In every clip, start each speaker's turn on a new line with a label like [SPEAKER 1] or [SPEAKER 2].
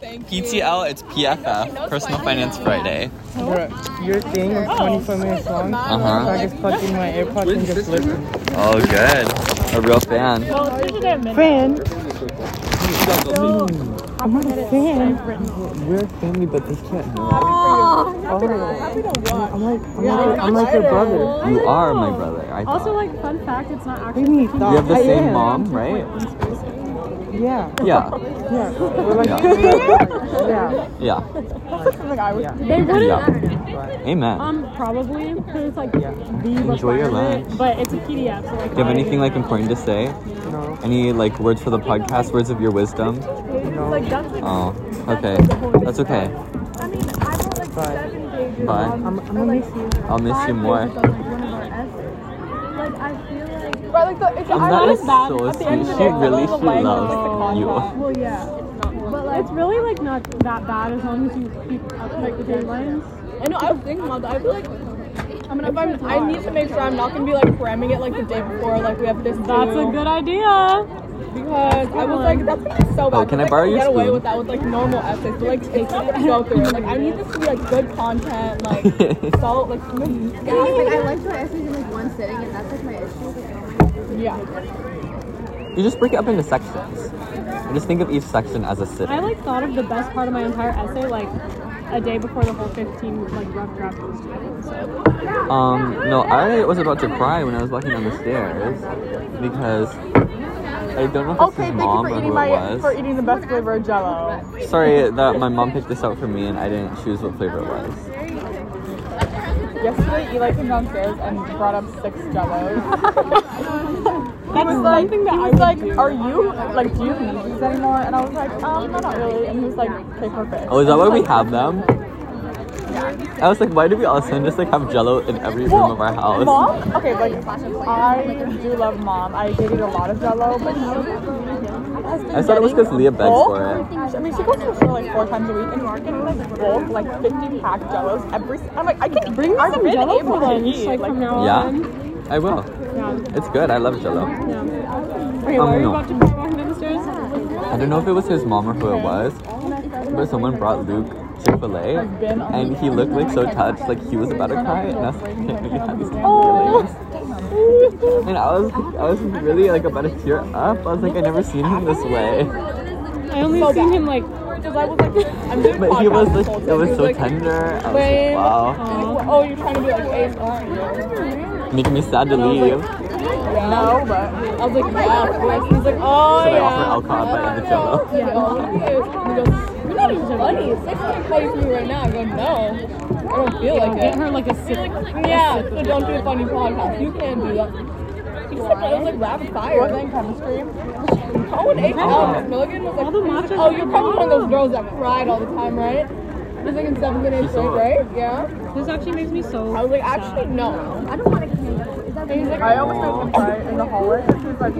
[SPEAKER 1] Thank you.
[SPEAKER 2] PTL, it's PFF, Personal Finance Friday.
[SPEAKER 3] Bruh, your thing is 25 minutes long.
[SPEAKER 2] Uh-huh.
[SPEAKER 3] So I just plugged in my AirPods and just listened.
[SPEAKER 2] Oh, good. A real fan.
[SPEAKER 3] Friend. I'm not a fan. We're family, but they can't know.
[SPEAKER 1] Oh,
[SPEAKER 3] I'm like, I'm, like, I'm like your brother.
[SPEAKER 2] You are my brother. I
[SPEAKER 4] Also,
[SPEAKER 2] thought.
[SPEAKER 4] like, fun fact, it's not
[SPEAKER 3] What
[SPEAKER 4] actually.
[SPEAKER 3] do you mean you thought?
[SPEAKER 2] You have the
[SPEAKER 3] I
[SPEAKER 2] same
[SPEAKER 3] am.
[SPEAKER 2] mom, right?
[SPEAKER 3] Yeah,
[SPEAKER 2] Yeah.
[SPEAKER 3] yeah. We're like,
[SPEAKER 2] Yeah.
[SPEAKER 3] yeah.
[SPEAKER 2] Yeah.
[SPEAKER 4] They wouldn't.
[SPEAKER 2] Yeah. Amen.
[SPEAKER 4] Um, probably. But it's like
[SPEAKER 3] Yeah.
[SPEAKER 4] the
[SPEAKER 2] Enjoy your
[SPEAKER 4] requirement,
[SPEAKER 2] lunch.
[SPEAKER 4] But it's a PDF. So, like,
[SPEAKER 2] Do you have anything like important to say?
[SPEAKER 3] No,
[SPEAKER 2] Any like words for the podcast? Words of your wisdom?
[SPEAKER 3] no.
[SPEAKER 4] Like, that's like,
[SPEAKER 2] Oh, okay. That's okay.
[SPEAKER 4] I mean, I wrote like
[SPEAKER 3] Bye.
[SPEAKER 4] seven pages.
[SPEAKER 2] Bye.
[SPEAKER 3] I'm, I'm gonna miss you.
[SPEAKER 2] I'll miss you more.
[SPEAKER 4] Like, one of our essays. Like, I feel like.
[SPEAKER 1] But like the, it's
[SPEAKER 2] I'm
[SPEAKER 1] not
[SPEAKER 2] not
[SPEAKER 1] as bad.
[SPEAKER 2] so
[SPEAKER 1] At the end of the
[SPEAKER 2] sweet.
[SPEAKER 1] day,
[SPEAKER 2] She
[SPEAKER 1] it's a
[SPEAKER 2] really,
[SPEAKER 1] little
[SPEAKER 2] she
[SPEAKER 1] language,
[SPEAKER 2] loves you.
[SPEAKER 1] like the
[SPEAKER 4] Well, yeah. But like, it's really like not that bad as long as you keep up like with deadlines.
[SPEAKER 1] you. I know. I was thinking about that. I feel like. I mean, if I'm, I need to make sure I'm not gonna be like cramming it like the day before. Like we have this.
[SPEAKER 4] That's
[SPEAKER 1] due.
[SPEAKER 4] a good idea.
[SPEAKER 1] Because I was like, that's gonna be so bad.
[SPEAKER 2] Oh, can I
[SPEAKER 1] Like,
[SPEAKER 2] borrow your
[SPEAKER 1] Get away
[SPEAKER 2] spoon?
[SPEAKER 1] with that with like normal essays, but like it's not gonna go through. Like I need this to be like good content, like solid, like good-
[SPEAKER 5] Yeah, like I went to my essays in like one sitting, and that's like my issue. Like, oh my
[SPEAKER 1] yeah.
[SPEAKER 2] You just break it up into sections. You just think of each section as a
[SPEAKER 4] I
[SPEAKER 2] sitting.
[SPEAKER 4] like thought of the best part of my entire essay like a day before the whole 15 like rough draft was due. So
[SPEAKER 2] Um, no, I was about to cry when I was walking down the stairs because I don't know if it's
[SPEAKER 1] Okay,
[SPEAKER 2] his
[SPEAKER 1] thank you
[SPEAKER 2] mom
[SPEAKER 1] for
[SPEAKER 2] or
[SPEAKER 1] eating
[SPEAKER 2] who it
[SPEAKER 1] my for
[SPEAKER 2] was.
[SPEAKER 1] eating the best flavor of Jello.
[SPEAKER 2] Sorry that my mom picked this out for me and I didn't choose what flavor it was.
[SPEAKER 1] Yesterday, Eli came downstairs and brought up six Jellos. he was like, he was like, "Are you like, do you need these anymore?" And I was like, "Um, no, not really." And he was like, "Okay, perfect."
[SPEAKER 2] Oh, is that why we have them? I was like, why do we also just like have Jello in every room of our house?
[SPEAKER 1] Mom? Okay, like I do love mom. I dated a lot of Jello, but
[SPEAKER 2] I thought it was because Leah begged
[SPEAKER 1] Bulk?
[SPEAKER 2] for it.
[SPEAKER 1] I mean, she goes to the store like four times a week, and we're getting like bulk, like 50 pack Jellos every. s- I'm like, I can
[SPEAKER 4] bring me
[SPEAKER 1] I've
[SPEAKER 4] some
[SPEAKER 1] been
[SPEAKER 4] jello
[SPEAKER 1] able
[SPEAKER 4] for
[SPEAKER 1] to
[SPEAKER 4] lunch
[SPEAKER 1] eat,
[SPEAKER 4] like
[SPEAKER 1] like-
[SPEAKER 4] from now on.
[SPEAKER 2] Yeah, I will. It's good. I love Jello.
[SPEAKER 4] Yeah.
[SPEAKER 2] Um,
[SPEAKER 4] Okay, what were you
[SPEAKER 2] no.
[SPEAKER 4] about to be walking down the stairs?
[SPEAKER 2] I don't know if it was his mom or who it was, but someone brought Luke Chick Fil A, and he looked like so touched, like he was about to cry, and I was like, "Can't really have these
[SPEAKER 1] Oh.
[SPEAKER 2] feelings." And I was, I was really like about to tear up. I was like, I never seen him this way,
[SPEAKER 4] I only seen him like
[SPEAKER 1] Because I was like, I'm doing
[SPEAKER 2] but he was
[SPEAKER 1] podcasts
[SPEAKER 2] like,
[SPEAKER 1] the whole time.
[SPEAKER 2] it was
[SPEAKER 1] He
[SPEAKER 2] so
[SPEAKER 1] like,
[SPEAKER 2] tender. I was like,
[SPEAKER 1] "Babe,
[SPEAKER 2] wow,
[SPEAKER 1] Oh, you're trying to be like Ace, aren't you?
[SPEAKER 2] making me sad to leave.
[SPEAKER 1] No, but I was like, yeah, of course. He's like, oh
[SPEAKER 2] Should I
[SPEAKER 1] yeah.
[SPEAKER 2] offer Alcon and the Jello?
[SPEAKER 1] Yeah. He goes, you're not even funny. Six can play with me right now. I go, no, I don't feel like it.
[SPEAKER 4] get her like a sip.
[SPEAKER 1] Yeah, so don't do a funny podcast. You can do that. Except that it was like rapid fire. Wasn't in chemistry. Cohen ate out. Milligan was like,
[SPEAKER 4] All the matcha
[SPEAKER 1] oh, you're probably one of those girls that cried all the time, right? He's like in seventh and eighth grade, right? Yeah.
[SPEAKER 4] This actually makes me so.
[SPEAKER 1] I was like,
[SPEAKER 4] sad.
[SPEAKER 1] actually, no.
[SPEAKER 5] god. I don't want to clean up. Is that
[SPEAKER 1] And he's like, I always make him cry in the hallway. He was like,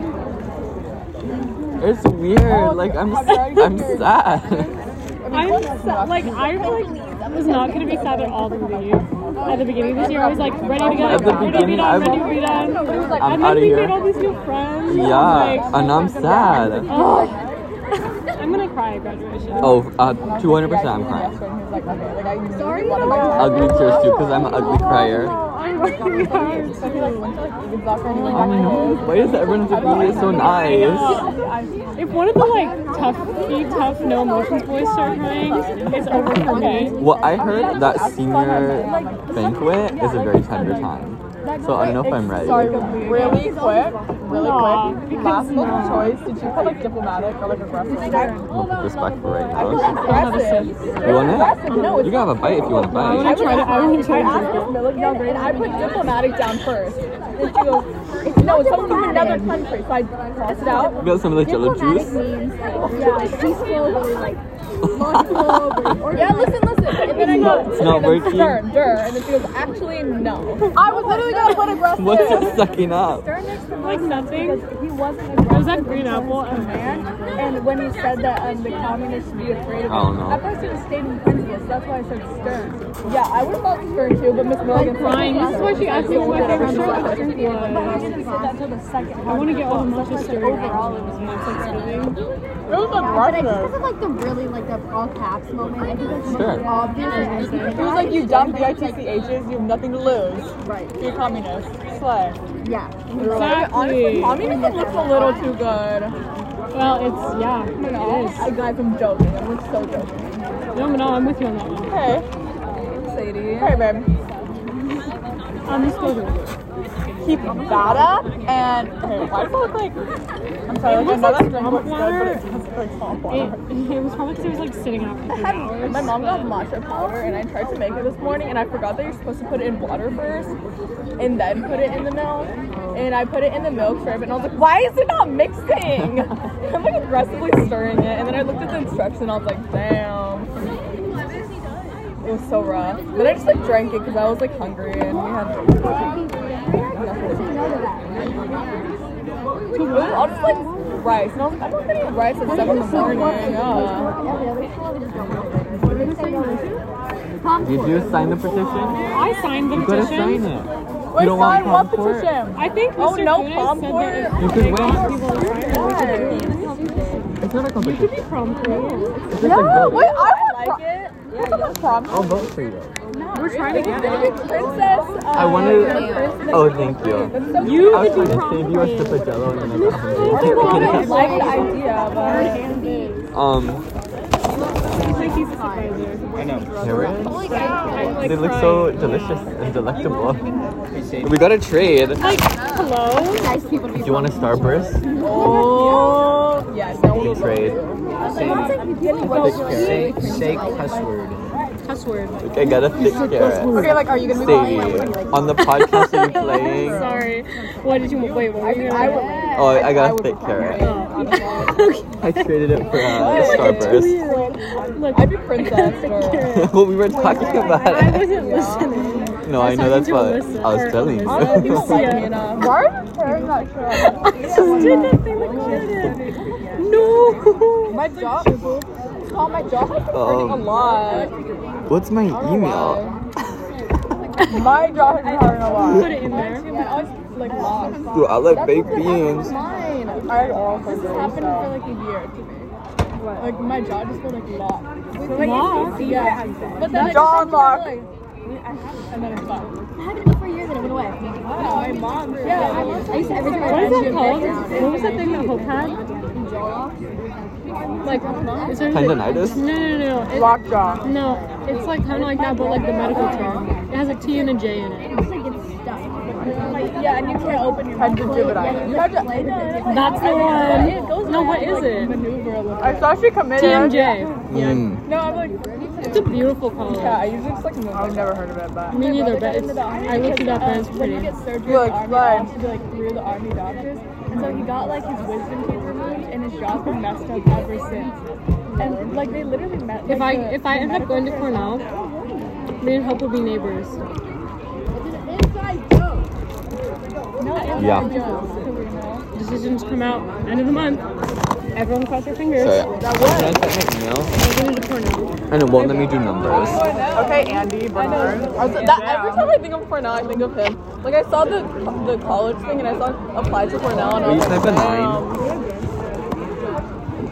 [SPEAKER 2] It's weird. Like I'm, I'm sad.
[SPEAKER 4] I'm sa- like I like was not gonna be sad at all to leave. At the beginning of this year, I was like ready to go,
[SPEAKER 2] At the
[SPEAKER 4] ready to be
[SPEAKER 2] beginning,
[SPEAKER 4] done,
[SPEAKER 2] I
[SPEAKER 4] ready
[SPEAKER 2] was-
[SPEAKER 4] to be done.
[SPEAKER 2] I'm
[SPEAKER 4] and then
[SPEAKER 2] outta
[SPEAKER 4] we
[SPEAKER 2] here.
[SPEAKER 4] made all these new friends.
[SPEAKER 2] Yeah,
[SPEAKER 4] I was
[SPEAKER 2] and I'm sad.
[SPEAKER 4] like, oh, I'm gonna cry at graduation.
[SPEAKER 2] Oh, uh, 200% I'm crying.
[SPEAKER 1] and he's like, okay, like I usually
[SPEAKER 5] Sorry,
[SPEAKER 1] want to
[SPEAKER 5] no.
[SPEAKER 1] like,
[SPEAKER 2] Ugly tears too, because I'm an ugly crier.
[SPEAKER 4] I'm really hard.
[SPEAKER 1] I feel like once like Egan's locker and he's like,
[SPEAKER 2] Oh no, why does everyone have to be so nice?
[SPEAKER 4] uh, If one of the like tough, the tough, no emotions boys start crying, it's over for me.
[SPEAKER 2] Well, I heard that senior banquet is a very tender time. So I don't know if I'm
[SPEAKER 1] Sorry,
[SPEAKER 2] right.
[SPEAKER 1] really quick, really
[SPEAKER 4] Aw,
[SPEAKER 1] quick.
[SPEAKER 4] because
[SPEAKER 1] Last
[SPEAKER 4] no.
[SPEAKER 1] multiple choice, did you put like diplomatic or like aggressive?
[SPEAKER 2] No respectful right
[SPEAKER 1] I feel
[SPEAKER 2] now.
[SPEAKER 1] aggressive.
[SPEAKER 2] You want it?
[SPEAKER 1] Aggressive, no,
[SPEAKER 2] You
[SPEAKER 1] it's
[SPEAKER 2] can have a bite if you want a
[SPEAKER 4] I
[SPEAKER 2] bite.
[SPEAKER 4] wanna try to. I wanna
[SPEAKER 1] I
[SPEAKER 4] try to.
[SPEAKER 1] asked Miss Milligan, and I put diplomatic down first. And she goes, it's, no, it's someone from another country. So I crossed it out.
[SPEAKER 2] You got some of the jello
[SPEAKER 5] Diplomatic
[SPEAKER 2] juice?
[SPEAKER 5] means like, yeah, peaceful, like, logical, or
[SPEAKER 1] Yeah, listen, listen.
[SPEAKER 5] And then I go,
[SPEAKER 2] It's not working.
[SPEAKER 5] Stern, dur, and then she goes, actually, no.
[SPEAKER 1] I was literally gonna put aggressive.
[SPEAKER 2] What's it sucking up?
[SPEAKER 4] Like nothing.
[SPEAKER 5] He wasn't
[SPEAKER 4] Was that green apple? Um,
[SPEAKER 5] man, and when he said that um, the communists should be afraid of
[SPEAKER 2] I don't
[SPEAKER 5] him,
[SPEAKER 2] know.
[SPEAKER 5] at first he was stating prejudice, that's why I said Stern.
[SPEAKER 1] Yeah, I would have thought Stern too, but Miss Milligan.
[SPEAKER 4] Crying. This is why she asked me what my favorite Sherlock drink was.
[SPEAKER 5] didn't say that till the second
[SPEAKER 4] I want to get all the matcha stirred overall. It was much like spinning.
[SPEAKER 1] It was aggressive.
[SPEAKER 5] is like the really like the all caps moment. I think that's
[SPEAKER 2] Sure.
[SPEAKER 5] obvious and
[SPEAKER 1] It was like you dumb BITCHs, you have nothing to lose.
[SPEAKER 5] Right.
[SPEAKER 1] You're a communist. Slay.
[SPEAKER 5] Yeah.
[SPEAKER 4] Exactly.
[SPEAKER 1] Communism looks a little too good.
[SPEAKER 4] Well, it's yeah, it is.
[SPEAKER 1] I guys, I'm joking. It looks so joking.
[SPEAKER 4] No, but no, I'm with you on that one.
[SPEAKER 1] Hey,
[SPEAKER 5] Sadie.
[SPEAKER 1] hey, babe.
[SPEAKER 4] I'm just going to.
[SPEAKER 1] Keep that up and okay, why does it look like? I'm sorry, like, I know that drink looks good, but it tastes like swamp water.
[SPEAKER 4] It, it was probably because it was like sitting out for three hours.
[SPEAKER 1] My mom got matcha powder and I tried to make it this morning and I forgot that you're supposed to put it in water first and then put it in the milk. And I put it in the milk for a bit and I was like, why is it not mixing? I'm like aggressively stirring it and then I looked at the instruction and I was like, damn. It was so rough. But I just like drank it because I was like hungry and we had It was all just like rice. And I was like, I'm not gonna eat rice at seven in the morning. Yeah.
[SPEAKER 2] Did you sign the petition?
[SPEAKER 4] I signed the
[SPEAKER 2] You gotta sign
[SPEAKER 4] petition.
[SPEAKER 2] it.
[SPEAKER 1] Wait,
[SPEAKER 2] You don't want
[SPEAKER 1] sign what
[SPEAKER 2] Concord?
[SPEAKER 1] petition?
[SPEAKER 4] I think
[SPEAKER 1] Oh,
[SPEAKER 4] Mr.
[SPEAKER 1] no
[SPEAKER 4] Kunis
[SPEAKER 1] prom
[SPEAKER 4] said
[SPEAKER 1] court?
[SPEAKER 4] that
[SPEAKER 2] You
[SPEAKER 4] if
[SPEAKER 2] could
[SPEAKER 4] they got
[SPEAKER 2] win.
[SPEAKER 4] people to sign it, we could win.
[SPEAKER 2] It's not a competition.
[SPEAKER 4] Could be prom queen.
[SPEAKER 2] It's just
[SPEAKER 1] No,
[SPEAKER 2] a
[SPEAKER 1] wait,
[SPEAKER 2] vote.
[SPEAKER 1] I want like it. prom.
[SPEAKER 2] I'll vote for you.
[SPEAKER 4] We're trying to get it.
[SPEAKER 1] Princess. uh,
[SPEAKER 2] I want to. Oh, thank you.
[SPEAKER 4] You
[SPEAKER 2] I was trying
[SPEAKER 4] could do
[SPEAKER 2] to save you
[SPEAKER 4] prom
[SPEAKER 2] a
[SPEAKER 4] queen.
[SPEAKER 2] sip of Jello and then I got
[SPEAKER 1] I
[SPEAKER 2] hungry.
[SPEAKER 1] like the idea, but
[SPEAKER 2] Um,
[SPEAKER 4] Like he's a surprise.
[SPEAKER 2] here it is.
[SPEAKER 4] I'm like
[SPEAKER 2] They look
[SPEAKER 4] crying.
[SPEAKER 2] so delicious and delectable. We got a trade. Do
[SPEAKER 4] Like hello.
[SPEAKER 5] Nice people to be
[SPEAKER 2] you want a Starburst?
[SPEAKER 1] oh, yes, no
[SPEAKER 2] We
[SPEAKER 1] one
[SPEAKER 2] can trade.
[SPEAKER 6] Say, say cuss word.
[SPEAKER 4] Cuss word.
[SPEAKER 2] Like, I got a thick carrot.
[SPEAKER 1] Okay, like, are you gonna be
[SPEAKER 2] Sadie,
[SPEAKER 1] calling? Like,
[SPEAKER 2] on the podcast are you playing?
[SPEAKER 4] Sorry. What did you wait? What were you
[SPEAKER 1] I
[SPEAKER 4] gonna?
[SPEAKER 1] would.
[SPEAKER 2] Oh, I got a thick carrot. I traded it for uh, a Starburst.
[SPEAKER 4] Look,
[SPEAKER 1] I'd be princess. Or,
[SPEAKER 2] well, we were talking
[SPEAKER 4] I
[SPEAKER 2] about it.
[SPEAKER 4] wasn't listening.
[SPEAKER 2] No, I know that's
[SPEAKER 4] talking
[SPEAKER 2] what
[SPEAKER 4] to Alyssa,
[SPEAKER 2] I
[SPEAKER 4] or
[SPEAKER 2] was telling
[SPEAKER 1] I don't know if people
[SPEAKER 2] you.
[SPEAKER 1] like me enough. Why are you wearing that shirt?
[SPEAKER 4] Just did that thing with Jaden. No.
[SPEAKER 1] My jaw. Oh, my jaw has been hurting a
[SPEAKER 2] Um,
[SPEAKER 1] lot.
[SPEAKER 2] What's my email?
[SPEAKER 1] My jaw has been hurting a lot.
[SPEAKER 4] Put it in there.
[SPEAKER 1] I always like lost.
[SPEAKER 2] Dude, I like baked beans.
[SPEAKER 1] Mine. I had oral surgery.
[SPEAKER 5] happened
[SPEAKER 1] so.
[SPEAKER 5] for like a year to me.
[SPEAKER 1] Like my jaw just felt like locked.
[SPEAKER 4] Lock.
[SPEAKER 5] Yeah. But then
[SPEAKER 1] Jaw
[SPEAKER 5] I just like,
[SPEAKER 1] lock.
[SPEAKER 5] like,
[SPEAKER 1] And then it's locked.
[SPEAKER 5] I haven't been for years and it went away.
[SPEAKER 1] Oh, My mom.
[SPEAKER 5] Yeah, I used to- I used to every time
[SPEAKER 4] What
[SPEAKER 5] I
[SPEAKER 4] is
[SPEAKER 5] went
[SPEAKER 4] that called? What was that thing that Hope had? Like, is there
[SPEAKER 2] Tendonitis?
[SPEAKER 4] No, no, no, no.
[SPEAKER 1] Locked jaw.
[SPEAKER 4] It, no, it's like kind of like that, but like the medical term. It has a T and a J in it.
[SPEAKER 5] Yeah, and you can't open your
[SPEAKER 1] Pendidividitis. You had to-
[SPEAKER 4] That's the one. No, what is it?
[SPEAKER 1] I saw she committed.
[SPEAKER 4] T and J.
[SPEAKER 2] Mm.
[SPEAKER 1] No, I'm like,
[SPEAKER 4] It's a beautiful color.
[SPEAKER 1] yeah, I usually just like, no, I've never heard of it, but.
[SPEAKER 4] Me neither, but it's, I looked it up and it's pretty.
[SPEAKER 5] surgery
[SPEAKER 1] Look,
[SPEAKER 5] at the
[SPEAKER 1] blood.
[SPEAKER 5] army doctors, like through the army doctors. And so he got like his wisdom teeth removed and his jaw's been messed up ever since. And like they literally met
[SPEAKER 4] If I
[SPEAKER 5] like,
[SPEAKER 4] if I end up going to Cornell, me and Hope will be neighbors.
[SPEAKER 2] Yeah.
[SPEAKER 4] Decisions come out end of the month. Everyone cross their fingers.
[SPEAKER 2] Sorry. Can I type my email?
[SPEAKER 4] We're going to Cornell.
[SPEAKER 2] And it won't let me do numbers.
[SPEAKER 1] Okay, Andy Bernard. I was- that- every time I think of Cornell, I think of him. Like I saw the the college thing and I saw apply to Cornell and I
[SPEAKER 2] Will you
[SPEAKER 1] was like,
[SPEAKER 2] type a
[SPEAKER 1] damn.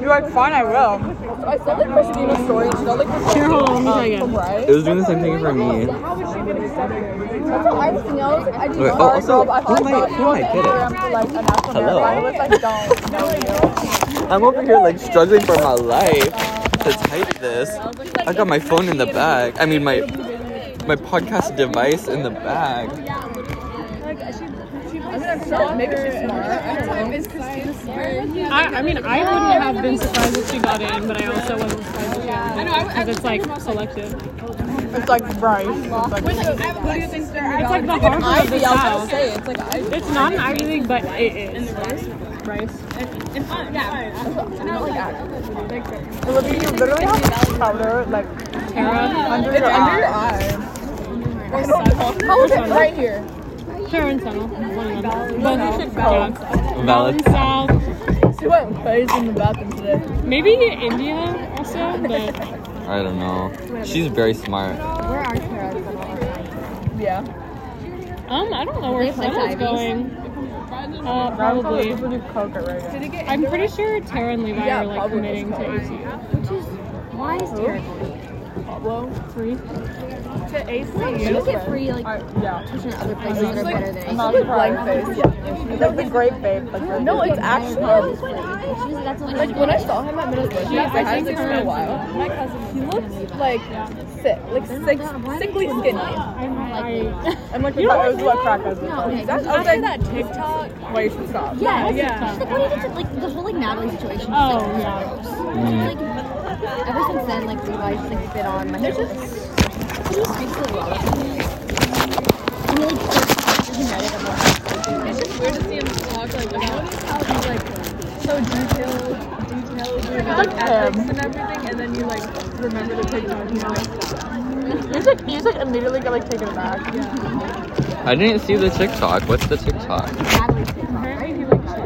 [SPEAKER 1] You're like, fine, I will. I saw the Christina story. and She got like the
[SPEAKER 4] Here, hold on, let me
[SPEAKER 5] uh,
[SPEAKER 1] um,
[SPEAKER 4] try again.
[SPEAKER 1] from right.
[SPEAKER 2] It was doing the same thing for me.
[SPEAKER 1] That's what I was thinking. I was like, I do
[SPEAKER 2] Wait, oh,
[SPEAKER 1] not know
[SPEAKER 2] also,
[SPEAKER 1] if I
[SPEAKER 2] who
[SPEAKER 1] thought
[SPEAKER 2] might-
[SPEAKER 1] about
[SPEAKER 2] who
[SPEAKER 1] you on
[SPEAKER 2] might get it?
[SPEAKER 1] Instagram for like a national
[SPEAKER 2] Hello.
[SPEAKER 1] marathon. I was like, don't. No, you.
[SPEAKER 2] I'm over here like struggling for my life to type this. I got my phone in the bag. I mean my my podcast device in the bag.
[SPEAKER 1] I mean, I'm sure maybe she's smart.
[SPEAKER 4] I, I mean, I wouldn't have been surprised if she got in, but I also wasn't surprised if she got in. I know, I it's like selective.
[SPEAKER 1] It's like Bryce. It's like,
[SPEAKER 4] It's like the Harvard of
[SPEAKER 1] Ivy,
[SPEAKER 4] the
[SPEAKER 1] I was
[SPEAKER 4] South.
[SPEAKER 1] gonna say. It's like Ivy.
[SPEAKER 4] It's not an Ivy League, but it is. rice.
[SPEAKER 1] Olivia, you literally have powder like
[SPEAKER 4] Tara,
[SPEAKER 1] under your eye. How is it right here?
[SPEAKER 4] Tara and Tunnel. One of them.
[SPEAKER 1] But you should balance.
[SPEAKER 2] Valid.
[SPEAKER 4] Down south.
[SPEAKER 1] She went crazy in the bathroom today.
[SPEAKER 4] Maybe India also, but
[SPEAKER 2] I don't know. She's very smart.
[SPEAKER 1] Yeah.
[SPEAKER 4] um, I don't know where Tunnel's going. Uh, probably. I'm pretty sure Tara and Levi
[SPEAKER 1] Yeah,
[SPEAKER 4] are like
[SPEAKER 1] probably
[SPEAKER 4] committing to
[SPEAKER 1] just
[SPEAKER 4] ACU.
[SPEAKER 7] Why is terrible?
[SPEAKER 4] Three.
[SPEAKER 1] To AC.
[SPEAKER 7] You get free like
[SPEAKER 1] Yeah.
[SPEAKER 7] tuition at other places that are better than
[SPEAKER 1] Not a blank face. Yeah. Like the grape babe. no, it's actually.
[SPEAKER 7] She's that's what
[SPEAKER 1] Like when I saw him at Minnesota, yeah, I had like for a while. My cousin, he looked like sick, like sick, sickly skinny.
[SPEAKER 4] I,
[SPEAKER 1] I'm like, you know, it was what crack I was
[SPEAKER 7] No, okay.
[SPEAKER 1] That, I was like, that TikTok. Wait, stop.
[SPEAKER 7] Yeah,
[SPEAKER 4] Yeah.
[SPEAKER 7] She's like, what do you think? Like the whole like Natalie situation. She's
[SPEAKER 4] Oh,
[SPEAKER 7] like,
[SPEAKER 4] yeah.
[SPEAKER 7] gross. She's like, ever since then, like Levi's like been on my hit list. He just speaks really well. And he, like, doesn't write it, I'm like,
[SPEAKER 1] You just, you just like immediately got like taken aback.
[SPEAKER 2] I didn't see the TikTok. What's the TikTok?
[SPEAKER 7] Natalie's TikTok, right?
[SPEAKER 4] apparently he likes her.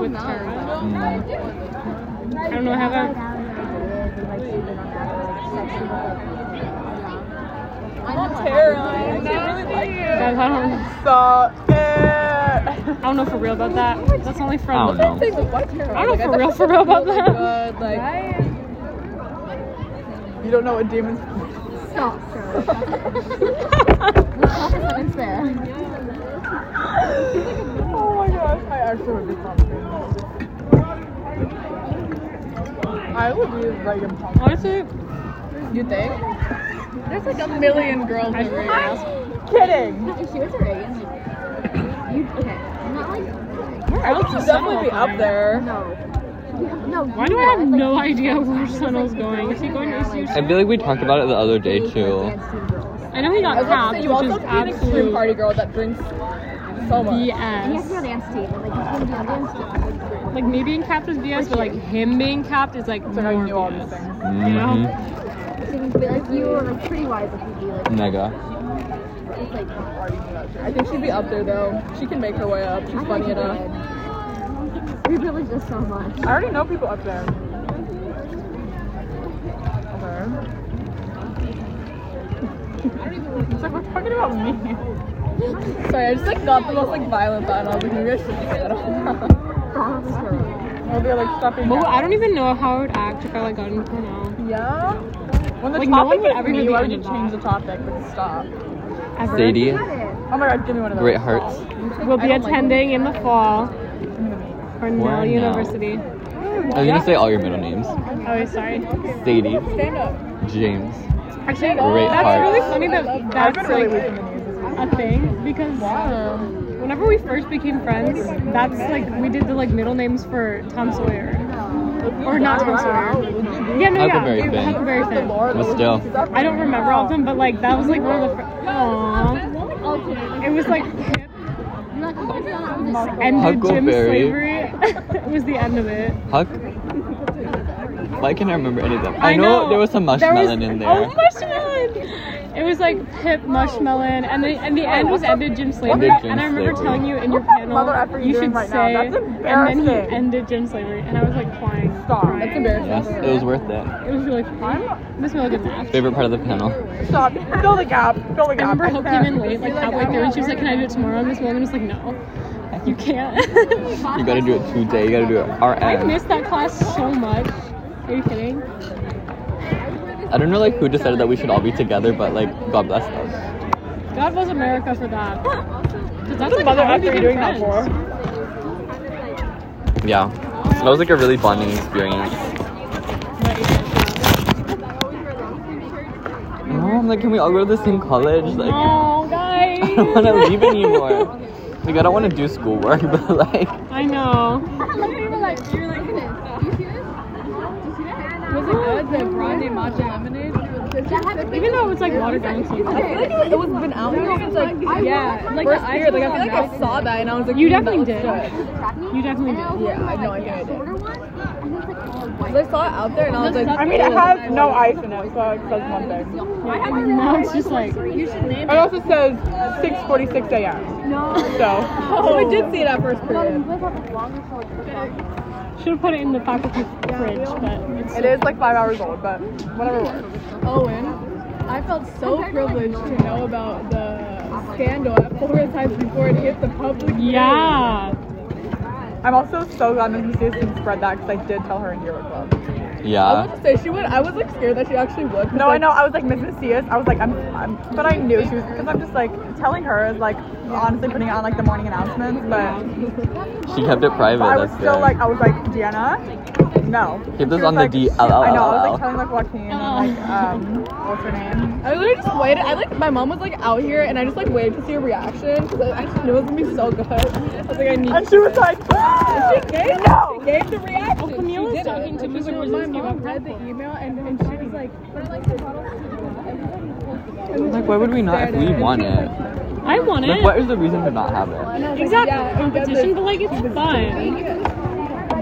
[SPEAKER 7] With Tara.
[SPEAKER 2] Mm.
[SPEAKER 4] I don't know how that.
[SPEAKER 7] I'm
[SPEAKER 4] that- I don't, know.
[SPEAKER 1] Stop it.
[SPEAKER 4] I don't know for real about that. That's only
[SPEAKER 2] I
[SPEAKER 4] from.
[SPEAKER 2] don't know.
[SPEAKER 4] I don't know for real for real about that.
[SPEAKER 1] But like, you don't know what demons.
[SPEAKER 7] Stop, Charlotte. Stop the sentence there.
[SPEAKER 1] Oh my gosh, I actually would be complicated. I would be like impossible.
[SPEAKER 4] Honestly,
[SPEAKER 1] You think?
[SPEAKER 5] There's like a million girls
[SPEAKER 4] I,
[SPEAKER 1] Kidding.
[SPEAKER 7] If she was a Reagan, like, you, okay, not like,
[SPEAKER 4] where
[SPEAKER 1] I would
[SPEAKER 4] else is
[SPEAKER 1] definitely
[SPEAKER 4] Sunil
[SPEAKER 1] be up
[SPEAKER 4] going?
[SPEAKER 1] there.
[SPEAKER 7] no. No,
[SPEAKER 4] Why do I have no idea where Sunil's going? Is he going to ACU?
[SPEAKER 2] I feel like we talked about it the other day too.
[SPEAKER 4] I know he
[SPEAKER 1] I
[SPEAKER 4] got
[SPEAKER 1] was about to say,
[SPEAKER 4] capped,
[SPEAKER 1] you
[SPEAKER 4] which
[SPEAKER 1] also
[SPEAKER 4] is
[SPEAKER 1] be an extreme
[SPEAKER 4] absolute
[SPEAKER 1] party girl that drinks so much.
[SPEAKER 7] He has to be on
[SPEAKER 4] BS.
[SPEAKER 7] the dance team, like, he's gonna be on the dance team.
[SPEAKER 4] Like me being capped is BS, but like him being capped is like
[SPEAKER 1] Like, I
[SPEAKER 4] more
[SPEAKER 1] knew all these
[SPEAKER 4] BS.
[SPEAKER 1] things.
[SPEAKER 4] You know?
[SPEAKER 2] hmm
[SPEAKER 7] So he'd be like, you were like pretty wise if you'd be like,
[SPEAKER 2] Mega.
[SPEAKER 7] it's like, I
[SPEAKER 1] I think she'd be up there though. She can make her way up. She's
[SPEAKER 7] think
[SPEAKER 1] funny
[SPEAKER 7] you
[SPEAKER 1] enough.
[SPEAKER 7] did. We really just so much.
[SPEAKER 1] I already know people up there. Okay. It's like we're talking about me. Sorry, I just like got the most like violent vibe. I was like, maybe I should that off.
[SPEAKER 7] Stop the story.
[SPEAKER 1] Or they're like stopping.
[SPEAKER 4] But I don't even know how I would act if I like got in for now.
[SPEAKER 1] Yeah. When the
[SPEAKER 4] Like, no one
[SPEAKER 1] topic
[SPEAKER 4] would
[SPEAKER 1] is
[SPEAKER 4] ever
[SPEAKER 1] me,
[SPEAKER 4] be
[SPEAKER 1] why would
[SPEAKER 4] into
[SPEAKER 1] you change
[SPEAKER 4] that.
[SPEAKER 1] the topic? Like, stop.
[SPEAKER 4] Ever.
[SPEAKER 2] Sadie.
[SPEAKER 1] Oh my god, give me one of those.
[SPEAKER 2] Great Hearts.
[SPEAKER 4] will be attending in the fall. Cornell
[SPEAKER 2] Cornell.
[SPEAKER 4] University.
[SPEAKER 2] I was gonna say all your middle names.
[SPEAKER 4] Oh, sorry.
[SPEAKER 2] Sadie.
[SPEAKER 1] Stand up.
[SPEAKER 2] James.
[SPEAKER 4] Actually,
[SPEAKER 2] Great
[SPEAKER 4] that's
[SPEAKER 2] heart.
[SPEAKER 4] really funny that
[SPEAKER 1] I've
[SPEAKER 4] that's
[SPEAKER 1] been
[SPEAKER 4] like
[SPEAKER 1] really weak in the news this week.
[SPEAKER 4] a thing because whenever we first became friends, that's like we did the like middle names for Tom Sawyer or not Tom Sawyer. Yeah, no,
[SPEAKER 2] Huckleberry
[SPEAKER 4] yeah,
[SPEAKER 2] Finn.
[SPEAKER 4] Huckleberry Finn.
[SPEAKER 2] But still.
[SPEAKER 4] I don't remember all of them, but like that was like one of the. Fr- Aww. It was like hip
[SPEAKER 7] You're like, oh my god, I'm just like,
[SPEAKER 4] ended Jim
[SPEAKER 2] Huckleberry.
[SPEAKER 4] slavery. it was the end of it.
[SPEAKER 2] Huck. Why can't I remember any of them? I,
[SPEAKER 4] I
[SPEAKER 2] know,
[SPEAKER 4] know.
[SPEAKER 2] there was some
[SPEAKER 4] There was-
[SPEAKER 2] marshmallow in there.
[SPEAKER 4] Oh, mushmelon! It was like Pip Mushmelon, and the and the end was ended Jim Slavery.
[SPEAKER 2] Ended Jim
[SPEAKER 4] and I remember
[SPEAKER 2] Slavery.
[SPEAKER 4] telling you in your
[SPEAKER 1] What the mother
[SPEAKER 4] panel,
[SPEAKER 1] effer you
[SPEAKER 4] you
[SPEAKER 1] doing
[SPEAKER 4] should
[SPEAKER 1] right now?
[SPEAKER 4] say,
[SPEAKER 1] That's
[SPEAKER 4] and then
[SPEAKER 1] embarrassing.
[SPEAKER 4] he ended Jim Slavery, and I was like crying.
[SPEAKER 1] Stop.
[SPEAKER 4] crying.
[SPEAKER 1] That's embarrassing.
[SPEAKER 2] Yes, it was worth it.
[SPEAKER 4] It was really funny. Miss Milligan laughed.
[SPEAKER 2] Favorite part of the panel.
[SPEAKER 1] Stop. Fill the gap. Fill the
[SPEAKER 4] I
[SPEAKER 1] gap.
[SPEAKER 4] remember Hope came in late, like halfway through, and she was like, "Can I do it tomorrow?" And Miss Milligan was like, "No, you can't."
[SPEAKER 2] You gotta do it today. You gotta do it
[SPEAKER 4] I
[SPEAKER 2] RM.
[SPEAKER 4] missed that class so much. Are you kidding?
[SPEAKER 2] I don't know like who decided that we should all be together, but like God bless us.
[SPEAKER 4] God bless America for that. 'Cause that's like
[SPEAKER 1] Mother
[SPEAKER 4] how we
[SPEAKER 1] effer you
[SPEAKER 4] became
[SPEAKER 1] doing that
[SPEAKER 4] friends.
[SPEAKER 1] for?
[SPEAKER 2] Yeah, that was like a really bonding experience. No, I'm like, can we all go to the same college? Like, I
[SPEAKER 4] Oh, guys.
[SPEAKER 2] don't want to leave anymore. Like, I don't want to do schoolwork, but like,
[SPEAKER 4] I know.
[SPEAKER 5] Was it good? The grande matcha lemonade?
[SPEAKER 4] Even though it's like watered down so much.
[SPEAKER 1] I feel like it was been out now since like
[SPEAKER 5] Yeah, like
[SPEAKER 1] first
[SPEAKER 5] the
[SPEAKER 1] period. Like I
[SPEAKER 5] ice
[SPEAKER 1] feel like I saw that and I was like,
[SPEAKER 4] You
[SPEAKER 1] mm, that
[SPEAKER 4] definitely
[SPEAKER 1] looks
[SPEAKER 4] did.
[SPEAKER 1] good.
[SPEAKER 7] Track me?
[SPEAKER 4] You definitely did.
[SPEAKER 1] Yeah, I know, I think I did.
[SPEAKER 7] one? I think it's like all white.
[SPEAKER 1] Because I saw it out there and I was like,
[SPEAKER 4] I
[SPEAKER 1] I
[SPEAKER 4] mean,
[SPEAKER 1] mean,
[SPEAKER 4] it
[SPEAKER 1] it
[SPEAKER 4] has
[SPEAKER 1] has no ice in it, so that's one thing.
[SPEAKER 7] I have my
[SPEAKER 4] No, it's just like
[SPEAKER 1] It also says 6:46 a.m. No. So. Oh, I did see it at first period.
[SPEAKER 4] should have put it in the faculty fridge, but it's
[SPEAKER 1] It is like five hours old, but whatever. Works.
[SPEAKER 5] Owen, Oh, I felt so privileged to know about the scandal at Forest Heights before it hit the public.
[SPEAKER 4] yeah.
[SPEAKER 1] I'm also so glad Mrs. Houston spread that because I did tell her in year one.
[SPEAKER 5] I was
[SPEAKER 2] Yeah.
[SPEAKER 5] about to say she would. I was like scared that she actually would. 'cause,
[SPEAKER 1] No, I
[SPEAKER 5] like,
[SPEAKER 1] know. I was like Miss Macias. I was like, I'm, I'm, but I knew she was because I'm just like telling her is like honestly putting on like the morning announcements, but
[SPEAKER 2] She kept it private.
[SPEAKER 1] but I was
[SPEAKER 2] That's
[SPEAKER 1] still
[SPEAKER 2] good.
[SPEAKER 1] like I was like Deanna, no.
[SPEAKER 2] Keep this
[SPEAKER 1] She was
[SPEAKER 2] on the
[SPEAKER 1] like-
[SPEAKER 2] DLLL.
[SPEAKER 1] I know. I was like telling like Joaquin, and, like um, what's her name?
[SPEAKER 5] I literally just waited. I like my mom was like out here, and I just like waited to see her reaction because I, I just knew it was gonna be so good. I was like, I need.
[SPEAKER 1] And she was like,
[SPEAKER 5] She gave,
[SPEAKER 1] no.
[SPEAKER 5] she gave the reaction.
[SPEAKER 4] Well, Camille
[SPEAKER 5] She
[SPEAKER 4] was
[SPEAKER 5] did it.
[SPEAKER 4] talking to
[SPEAKER 5] Like,
[SPEAKER 4] me
[SPEAKER 5] she
[SPEAKER 4] when
[SPEAKER 5] was-
[SPEAKER 4] Brzezinski
[SPEAKER 5] my mom
[SPEAKER 4] got
[SPEAKER 5] read the email and, and she was like,
[SPEAKER 2] Like, why would we not if we won it?
[SPEAKER 4] I want
[SPEAKER 2] Like, what
[SPEAKER 4] it.
[SPEAKER 2] is the reason to not have it?
[SPEAKER 4] Exactly.
[SPEAKER 5] Yeah,
[SPEAKER 4] Competition, but like it's fun.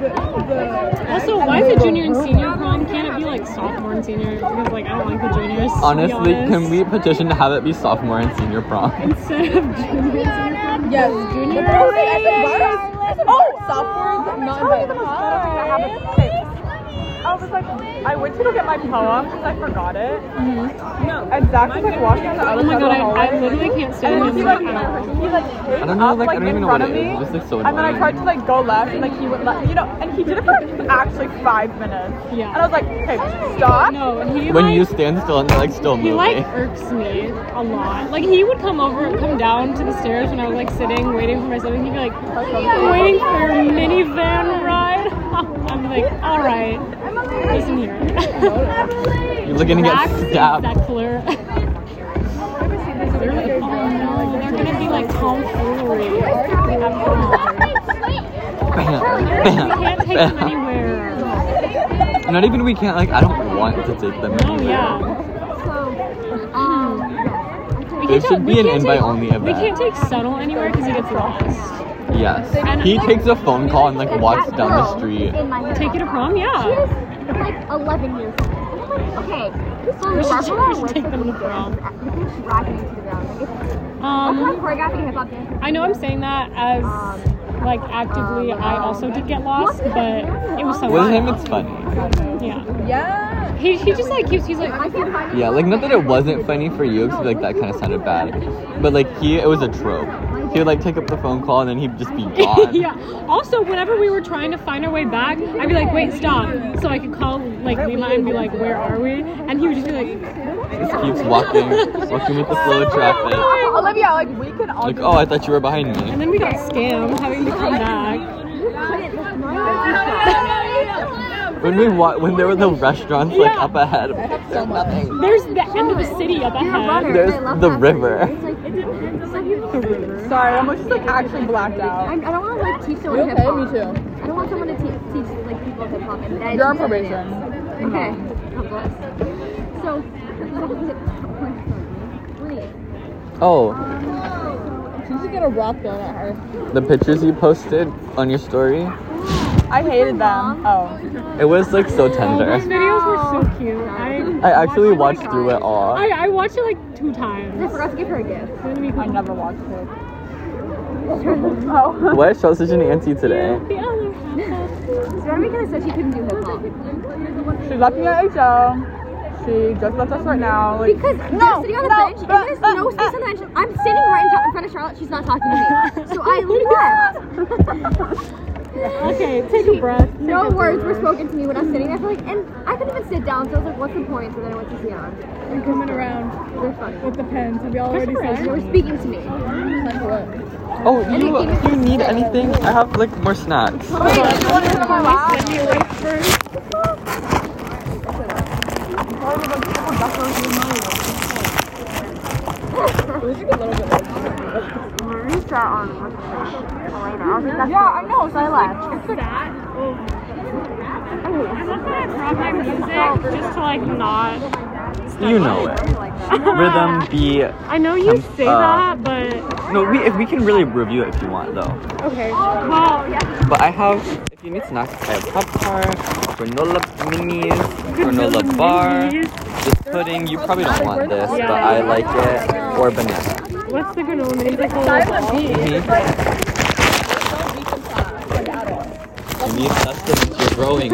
[SPEAKER 5] the,
[SPEAKER 4] Also, why is it junior and senior prom? Can't it be like sophomore and senior? Because like I don't like the juniors. to be
[SPEAKER 2] Honestly, can
[SPEAKER 4] honest.
[SPEAKER 2] we petition to have it be sophomore and senior prom?
[SPEAKER 4] instead of junior and senior prom?
[SPEAKER 5] yes,
[SPEAKER 1] But
[SPEAKER 5] junior.
[SPEAKER 1] then I was like, I said, why are- I said, oh,
[SPEAKER 5] sophomores
[SPEAKER 1] I'm
[SPEAKER 5] not
[SPEAKER 1] not telling you the
[SPEAKER 5] invited.
[SPEAKER 1] most subtle thing that happened. Okay. I was like, I went to go get my poem because I forgot it. No. And Zach was like walking on the other side of
[SPEAKER 4] Mm-hmm. Oh my god,
[SPEAKER 1] the
[SPEAKER 4] I,
[SPEAKER 1] hallway.
[SPEAKER 4] I literally can't
[SPEAKER 1] and
[SPEAKER 4] stand
[SPEAKER 1] then
[SPEAKER 4] him.
[SPEAKER 1] he like, he like came
[SPEAKER 2] I don't know,
[SPEAKER 1] up
[SPEAKER 2] like, I
[SPEAKER 1] like
[SPEAKER 2] don't even
[SPEAKER 1] in
[SPEAKER 2] know what
[SPEAKER 1] front
[SPEAKER 2] it
[SPEAKER 1] of
[SPEAKER 2] is.
[SPEAKER 1] me,
[SPEAKER 2] It's just so
[SPEAKER 1] and then I
[SPEAKER 2] annoying.
[SPEAKER 1] tried to like go left, and like he would let you know, and he did it for actually five minutes.
[SPEAKER 4] Yeah.
[SPEAKER 1] And I was like, okay, stop.
[SPEAKER 4] No, he
[SPEAKER 2] When
[SPEAKER 4] like,
[SPEAKER 2] you stand still and they're like still eh?
[SPEAKER 4] he
[SPEAKER 2] moving.
[SPEAKER 4] like irks me a lot. Like he would come over, come down to the stairs when I was like sitting, waiting for my sibling. He'd be like, I'm waiting for your minivan ride. I'm like, all right, listen here.
[SPEAKER 2] You're gonna get
[SPEAKER 4] Max and
[SPEAKER 2] stabbed.
[SPEAKER 4] Zeckler. They're like, oh no, they're gonna be like tomfoolery. at prom. We
[SPEAKER 2] Bam.
[SPEAKER 4] can't take them anywhere.
[SPEAKER 2] Not even we can't, like, I don't want to take them.
[SPEAKER 4] Oh yeah.
[SPEAKER 7] um,
[SPEAKER 4] We
[SPEAKER 2] There
[SPEAKER 4] can't-
[SPEAKER 2] should
[SPEAKER 4] we
[SPEAKER 2] be an
[SPEAKER 4] can't take-
[SPEAKER 2] invite-only
[SPEAKER 4] We
[SPEAKER 2] event.
[SPEAKER 4] can't take Settle anywhere because he gets lost.
[SPEAKER 2] Yes. He takes a phone call and, like, walks down the street.
[SPEAKER 4] Take it to prom, yeah.
[SPEAKER 7] Like 11 years old. And I'm like, okay, so
[SPEAKER 4] We should,
[SPEAKER 7] Barbara
[SPEAKER 4] we should
[SPEAKER 7] works
[SPEAKER 4] take
[SPEAKER 7] with
[SPEAKER 4] them to
[SPEAKER 7] these girls.
[SPEAKER 4] prom.
[SPEAKER 7] You keep dragging me to the ground. Like, it's- I'm not
[SPEAKER 4] Um,
[SPEAKER 7] choreographing hip hop dance.
[SPEAKER 4] I know I'm saying that as like actively. I also did get lost, but it was so
[SPEAKER 2] With
[SPEAKER 4] fun.
[SPEAKER 2] him, it's funny.
[SPEAKER 4] Yeah.
[SPEAKER 5] yeah.
[SPEAKER 4] He, he just like keeps. He's
[SPEAKER 7] I
[SPEAKER 4] like.
[SPEAKER 7] can't find
[SPEAKER 2] Yeah, like, not that it wasn't funny for you, because, like, that kind of sounded bad. But, like, he, it was a trope. He would, like, take up the phone call and then he'd just be gone.
[SPEAKER 4] yeah. Also, whenever we were trying to find our way back, I'd be like, "Wait, stop!" So I could call like Lima and be like, "Where are we?" And he would just be like,
[SPEAKER 2] Just keeps walking, walking with the flow of traffic.
[SPEAKER 1] Olivia, like we can all
[SPEAKER 2] Like, oh, I thought you were behind me.
[SPEAKER 4] and then we got scammed having to come back.
[SPEAKER 2] When we wa- when there were the restaurants like
[SPEAKER 4] Yeah.
[SPEAKER 2] up ahead, there's nothing.
[SPEAKER 4] There's the end of the city up ahead.
[SPEAKER 2] There's the river.
[SPEAKER 7] It's like, it's like, you-
[SPEAKER 1] Sorry, I almost just like actually blacked
[SPEAKER 7] I,
[SPEAKER 1] out.
[SPEAKER 7] I don't want to like teach someone hip
[SPEAKER 5] Okay,
[SPEAKER 7] hop.
[SPEAKER 5] me too.
[SPEAKER 7] I don't want someone to te- teach like people hip hop and then
[SPEAKER 1] You're on
[SPEAKER 7] teach them
[SPEAKER 1] probation. Mm-hmm.
[SPEAKER 7] dance. Okay. God bless. So, wait.
[SPEAKER 2] Oh,
[SPEAKER 5] She's just gonna rock them at her.
[SPEAKER 2] the pictures you posted on your story,
[SPEAKER 1] I hated them. Oh.
[SPEAKER 2] it was like so
[SPEAKER 5] Oh
[SPEAKER 2] tender.
[SPEAKER 4] Videos were so cute. I
[SPEAKER 2] I actually watched through it all.
[SPEAKER 4] I, I watched it like two times.
[SPEAKER 7] I forgot to give her a gift.
[SPEAKER 1] I never watched it. oh.
[SPEAKER 2] What shot such an auntie today?
[SPEAKER 7] Jeremy kind of said she couldn't do hip hop.
[SPEAKER 1] She left me at HO. She just left us right now. Like,
[SPEAKER 7] Because they're sitting on the
[SPEAKER 1] no,
[SPEAKER 7] bench
[SPEAKER 1] uh,
[SPEAKER 7] and there's
[SPEAKER 1] uh,
[SPEAKER 7] no space on the bench. I'm standing right in, t- in front of Charlotte. She's not talking to me. So I left.
[SPEAKER 4] Okay, take a breath.
[SPEAKER 7] No words were spoken to me when I was sitting there. I feel like, and I couldn't even sit down. So I was like, what's the point? So then I went to Xenon.
[SPEAKER 5] You're coming around
[SPEAKER 7] They're funny.
[SPEAKER 5] with the pens. Have y'all already
[SPEAKER 7] They
[SPEAKER 5] said?
[SPEAKER 7] were speaking to me.
[SPEAKER 2] Oh, you you need anything? I have like more snacks.
[SPEAKER 7] Marisa on Elena. I was like, that's
[SPEAKER 1] yeah, I know. So I left.
[SPEAKER 4] I love that I brought my music just to like not
[SPEAKER 2] You know it. Rhythm B.
[SPEAKER 4] I know you
[SPEAKER 2] Um,
[SPEAKER 4] say
[SPEAKER 2] uh,
[SPEAKER 4] that, but
[SPEAKER 2] No, we if we can really review it if you want though.
[SPEAKER 4] okay. Well,
[SPEAKER 2] But I have, if you need snacks, I have popcorn, granola minis, granola bar, this pudding. You probably don't want this, but
[SPEAKER 4] Yeah.
[SPEAKER 2] I like it. Or banana.
[SPEAKER 4] what's the granola mini? Like the little ball?
[SPEAKER 2] Mhm. You need sustenance. You're growing.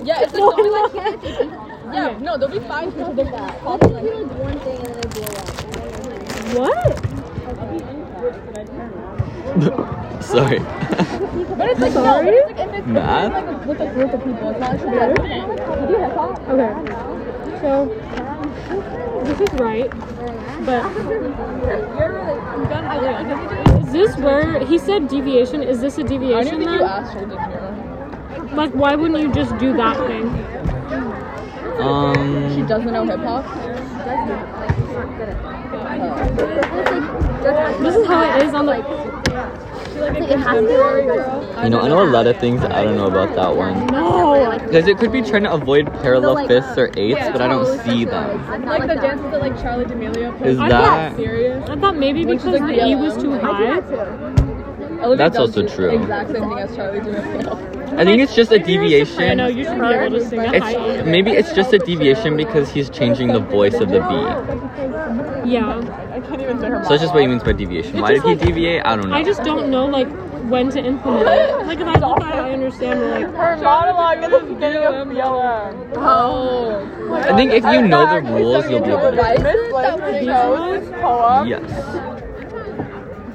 [SPEAKER 1] Yeah, it's like they'll be like, yeah, no, there'll be five because they're
[SPEAKER 4] What?
[SPEAKER 2] Sorry.
[SPEAKER 1] But it's like, no, but it's like if it's
[SPEAKER 2] Math.
[SPEAKER 1] like with a group of people, it's not like, yeah. do you have thought?
[SPEAKER 4] Okay. So this is right, but
[SPEAKER 1] "Oh,
[SPEAKER 4] is this where he said deviation? Is this a
[SPEAKER 1] I don't
[SPEAKER 4] deviation?
[SPEAKER 1] think you
[SPEAKER 4] Then?
[SPEAKER 1] asked her, did you?
[SPEAKER 4] Like, why wouldn't you just do that thing?
[SPEAKER 2] Um.
[SPEAKER 1] She doesn't know hip hop.
[SPEAKER 4] This is how it is on the.
[SPEAKER 2] You know, I know a lot of things. I don't know about that one.
[SPEAKER 4] No.
[SPEAKER 2] Because it could be trying to avoid parallel fists
[SPEAKER 1] uh,
[SPEAKER 2] or eights, but I don't see them.
[SPEAKER 5] Like the dances that like Charlie D'Amelio
[SPEAKER 1] uh,
[SPEAKER 5] plays.
[SPEAKER 2] Is
[SPEAKER 4] I
[SPEAKER 2] that?
[SPEAKER 5] Serious.
[SPEAKER 4] I thought maybe
[SPEAKER 1] Which
[SPEAKER 4] because
[SPEAKER 1] is like
[SPEAKER 4] the
[SPEAKER 1] the
[SPEAKER 4] E
[SPEAKER 1] yellow.
[SPEAKER 4] was too high.
[SPEAKER 1] Olivia
[SPEAKER 2] That's
[SPEAKER 1] does
[SPEAKER 2] also
[SPEAKER 1] do
[SPEAKER 2] true.
[SPEAKER 1] The exact same thing as Charlie doing.
[SPEAKER 2] I think it's just a
[SPEAKER 4] If you're
[SPEAKER 2] deviation.
[SPEAKER 4] soprano, you should be able to sing a high E.
[SPEAKER 2] It's maybe it's just a deviation because he's changing the voice of the B.
[SPEAKER 4] Yeah.
[SPEAKER 2] So that's just what he means by deviation. Why did he deviate? I don't know.
[SPEAKER 4] I just don't know like when to implement it. Like if I look at it, I understand. but, Like
[SPEAKER 1] Her monologue in the beginning of Yellow. Oh.
[SPEAKER 2] I think if you know the rules, you'll be able to.
[SPEAKER 1] Miss Leslie chose this poem
[SPEAKER 2] Yes.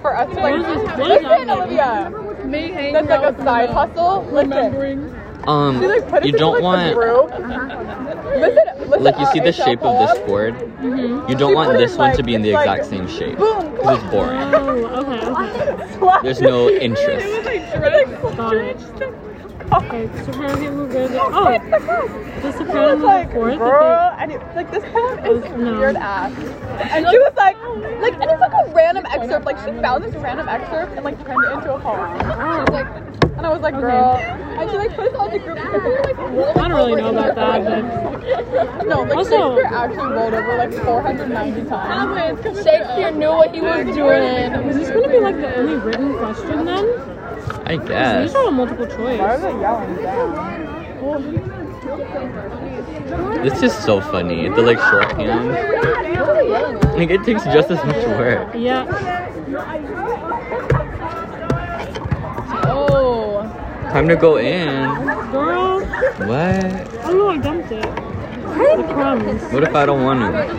[SPEAKER 1] for us to
[SPEAKER 4] what is
[SPEAKER 1] like.
[SPEAKER 4] this? What is
[SPEAKER 1] Listen,
[SPEAKER 4] that? mean?
[SPEAKER 1] Olivia. That's like a side hustle. Listen.
[SPEAKER 2] Um,
[SPEAKER 1] She like put it
[SPEAKER 2] you
[SPEAKER 1] into,
[SPEAKER 2] don't
[SPEAKER 1] like, a
[SPEAKER 2] want
[SPEAKER 1] group. Listen, listen.
[SPEAKER 2] like you see
[SPEAKER 1] uh,
[SPEAKER 2] the
[SPEAKER 1] it's a
[SPEAKER 2] shape of this
[SPEAKER 1] poem.
[SPEAKER 2] board. You don't
[SPEAKER 1] She
[SPEAKER 2] want
[SPEAKER 1] put
[SPEAKER 2] this
[SPEAKER 1] it,
[SPEAKER 2] one to
[SPEAKER 1] like-
[SPEAKER 2] be in the
[SPEAKER 1] it's like-
[SPEAKER 2] exact same shape.
[SPEAKER 1] Boom.
[SPEAKER 2] 'Cause it's boring.
[SPEAKER 4] Oh, okay. okay.
[SPEAKER 2] There's no interest.
[SPEAKER 4] Got it. Okay, soprano people go to. Oh, the soprano moved
[SPEAKER 1] like,
[SPEAKER 4] fourth. I
[SPEAKER 1] girl, and it, like this poem is
[SPEAKER 4] Oh. No.
[SPEAKER 1] weird ass. And she was like, like, and it's like a random excerpt. Like she found this random excerpt and like turned it into a poem. She was like, and I was like, girl, and she like put it on the group. because they were, like, rolling
[SPEAKER 4] think. I don't really
[SPEAKER 1] over
[SPEAKER 4] know
[SPEAKER 1] each
[SPEAKER 4] about
[SPEAKER 1] other.
[SPEAKER 4] that,
[SPEAKER 1] No, like
[SPEAKER 4] Also- Oh,
[SPEAKER 1] Shakespeare actually rolled over like 490 times. Shakespeare knew what he was
[SPEAKER 4] but
[SPEAKER 1] doing.
[SPEAKER 4] is this gonna be like the only written question then?
[SPEAKER 2] I
[SPEAKER 4] These
[SPEAKER 2] guess.
[SPEAKER 4] are all multiple choice.
[SPEAKER 2] This is so funny. The like shorthand. Like it takes just as much work.
[SPEAKER 4] Yeah.
[SPEAKER 1] Oh,
[SPEAKER 2] Time to go in.
[SPEAKER 4] Girl,
[SPEAKER 2] What?
[SPEAKER 4] oh no, I dumped it. The crumbs.
[SPEAKER 2] What if I don't want to?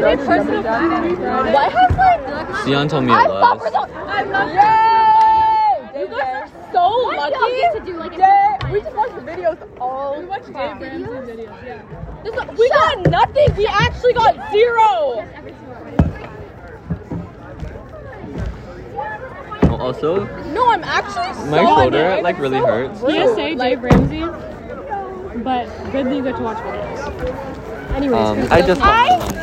[SPEAKER 1] what has like
[SPEAKER 2] Sion told me it was.
[SPEAKER 1] I'm not Yay! You guys are so lucky. Yay! We just watch videos all We watch Dave Ramsey videos, yeah. we got nothing. We actually got zero.
[SPEAKER 2] Oh, Also,
[SPEAKER 1] No, I'm actually
[SPEAKER 2] my
[SPEAKER 1] so
[SPEAKER 2] shoulder
[SPEAKER 1] annoyed.
[SPEAKER 2] like really hurts.
[SPEAKER 4] PSA Dave Ramsey, but good that you get to watch videos. Anyways,
[SPEAKER 2] Um, I just.
[SPEAKER 1] I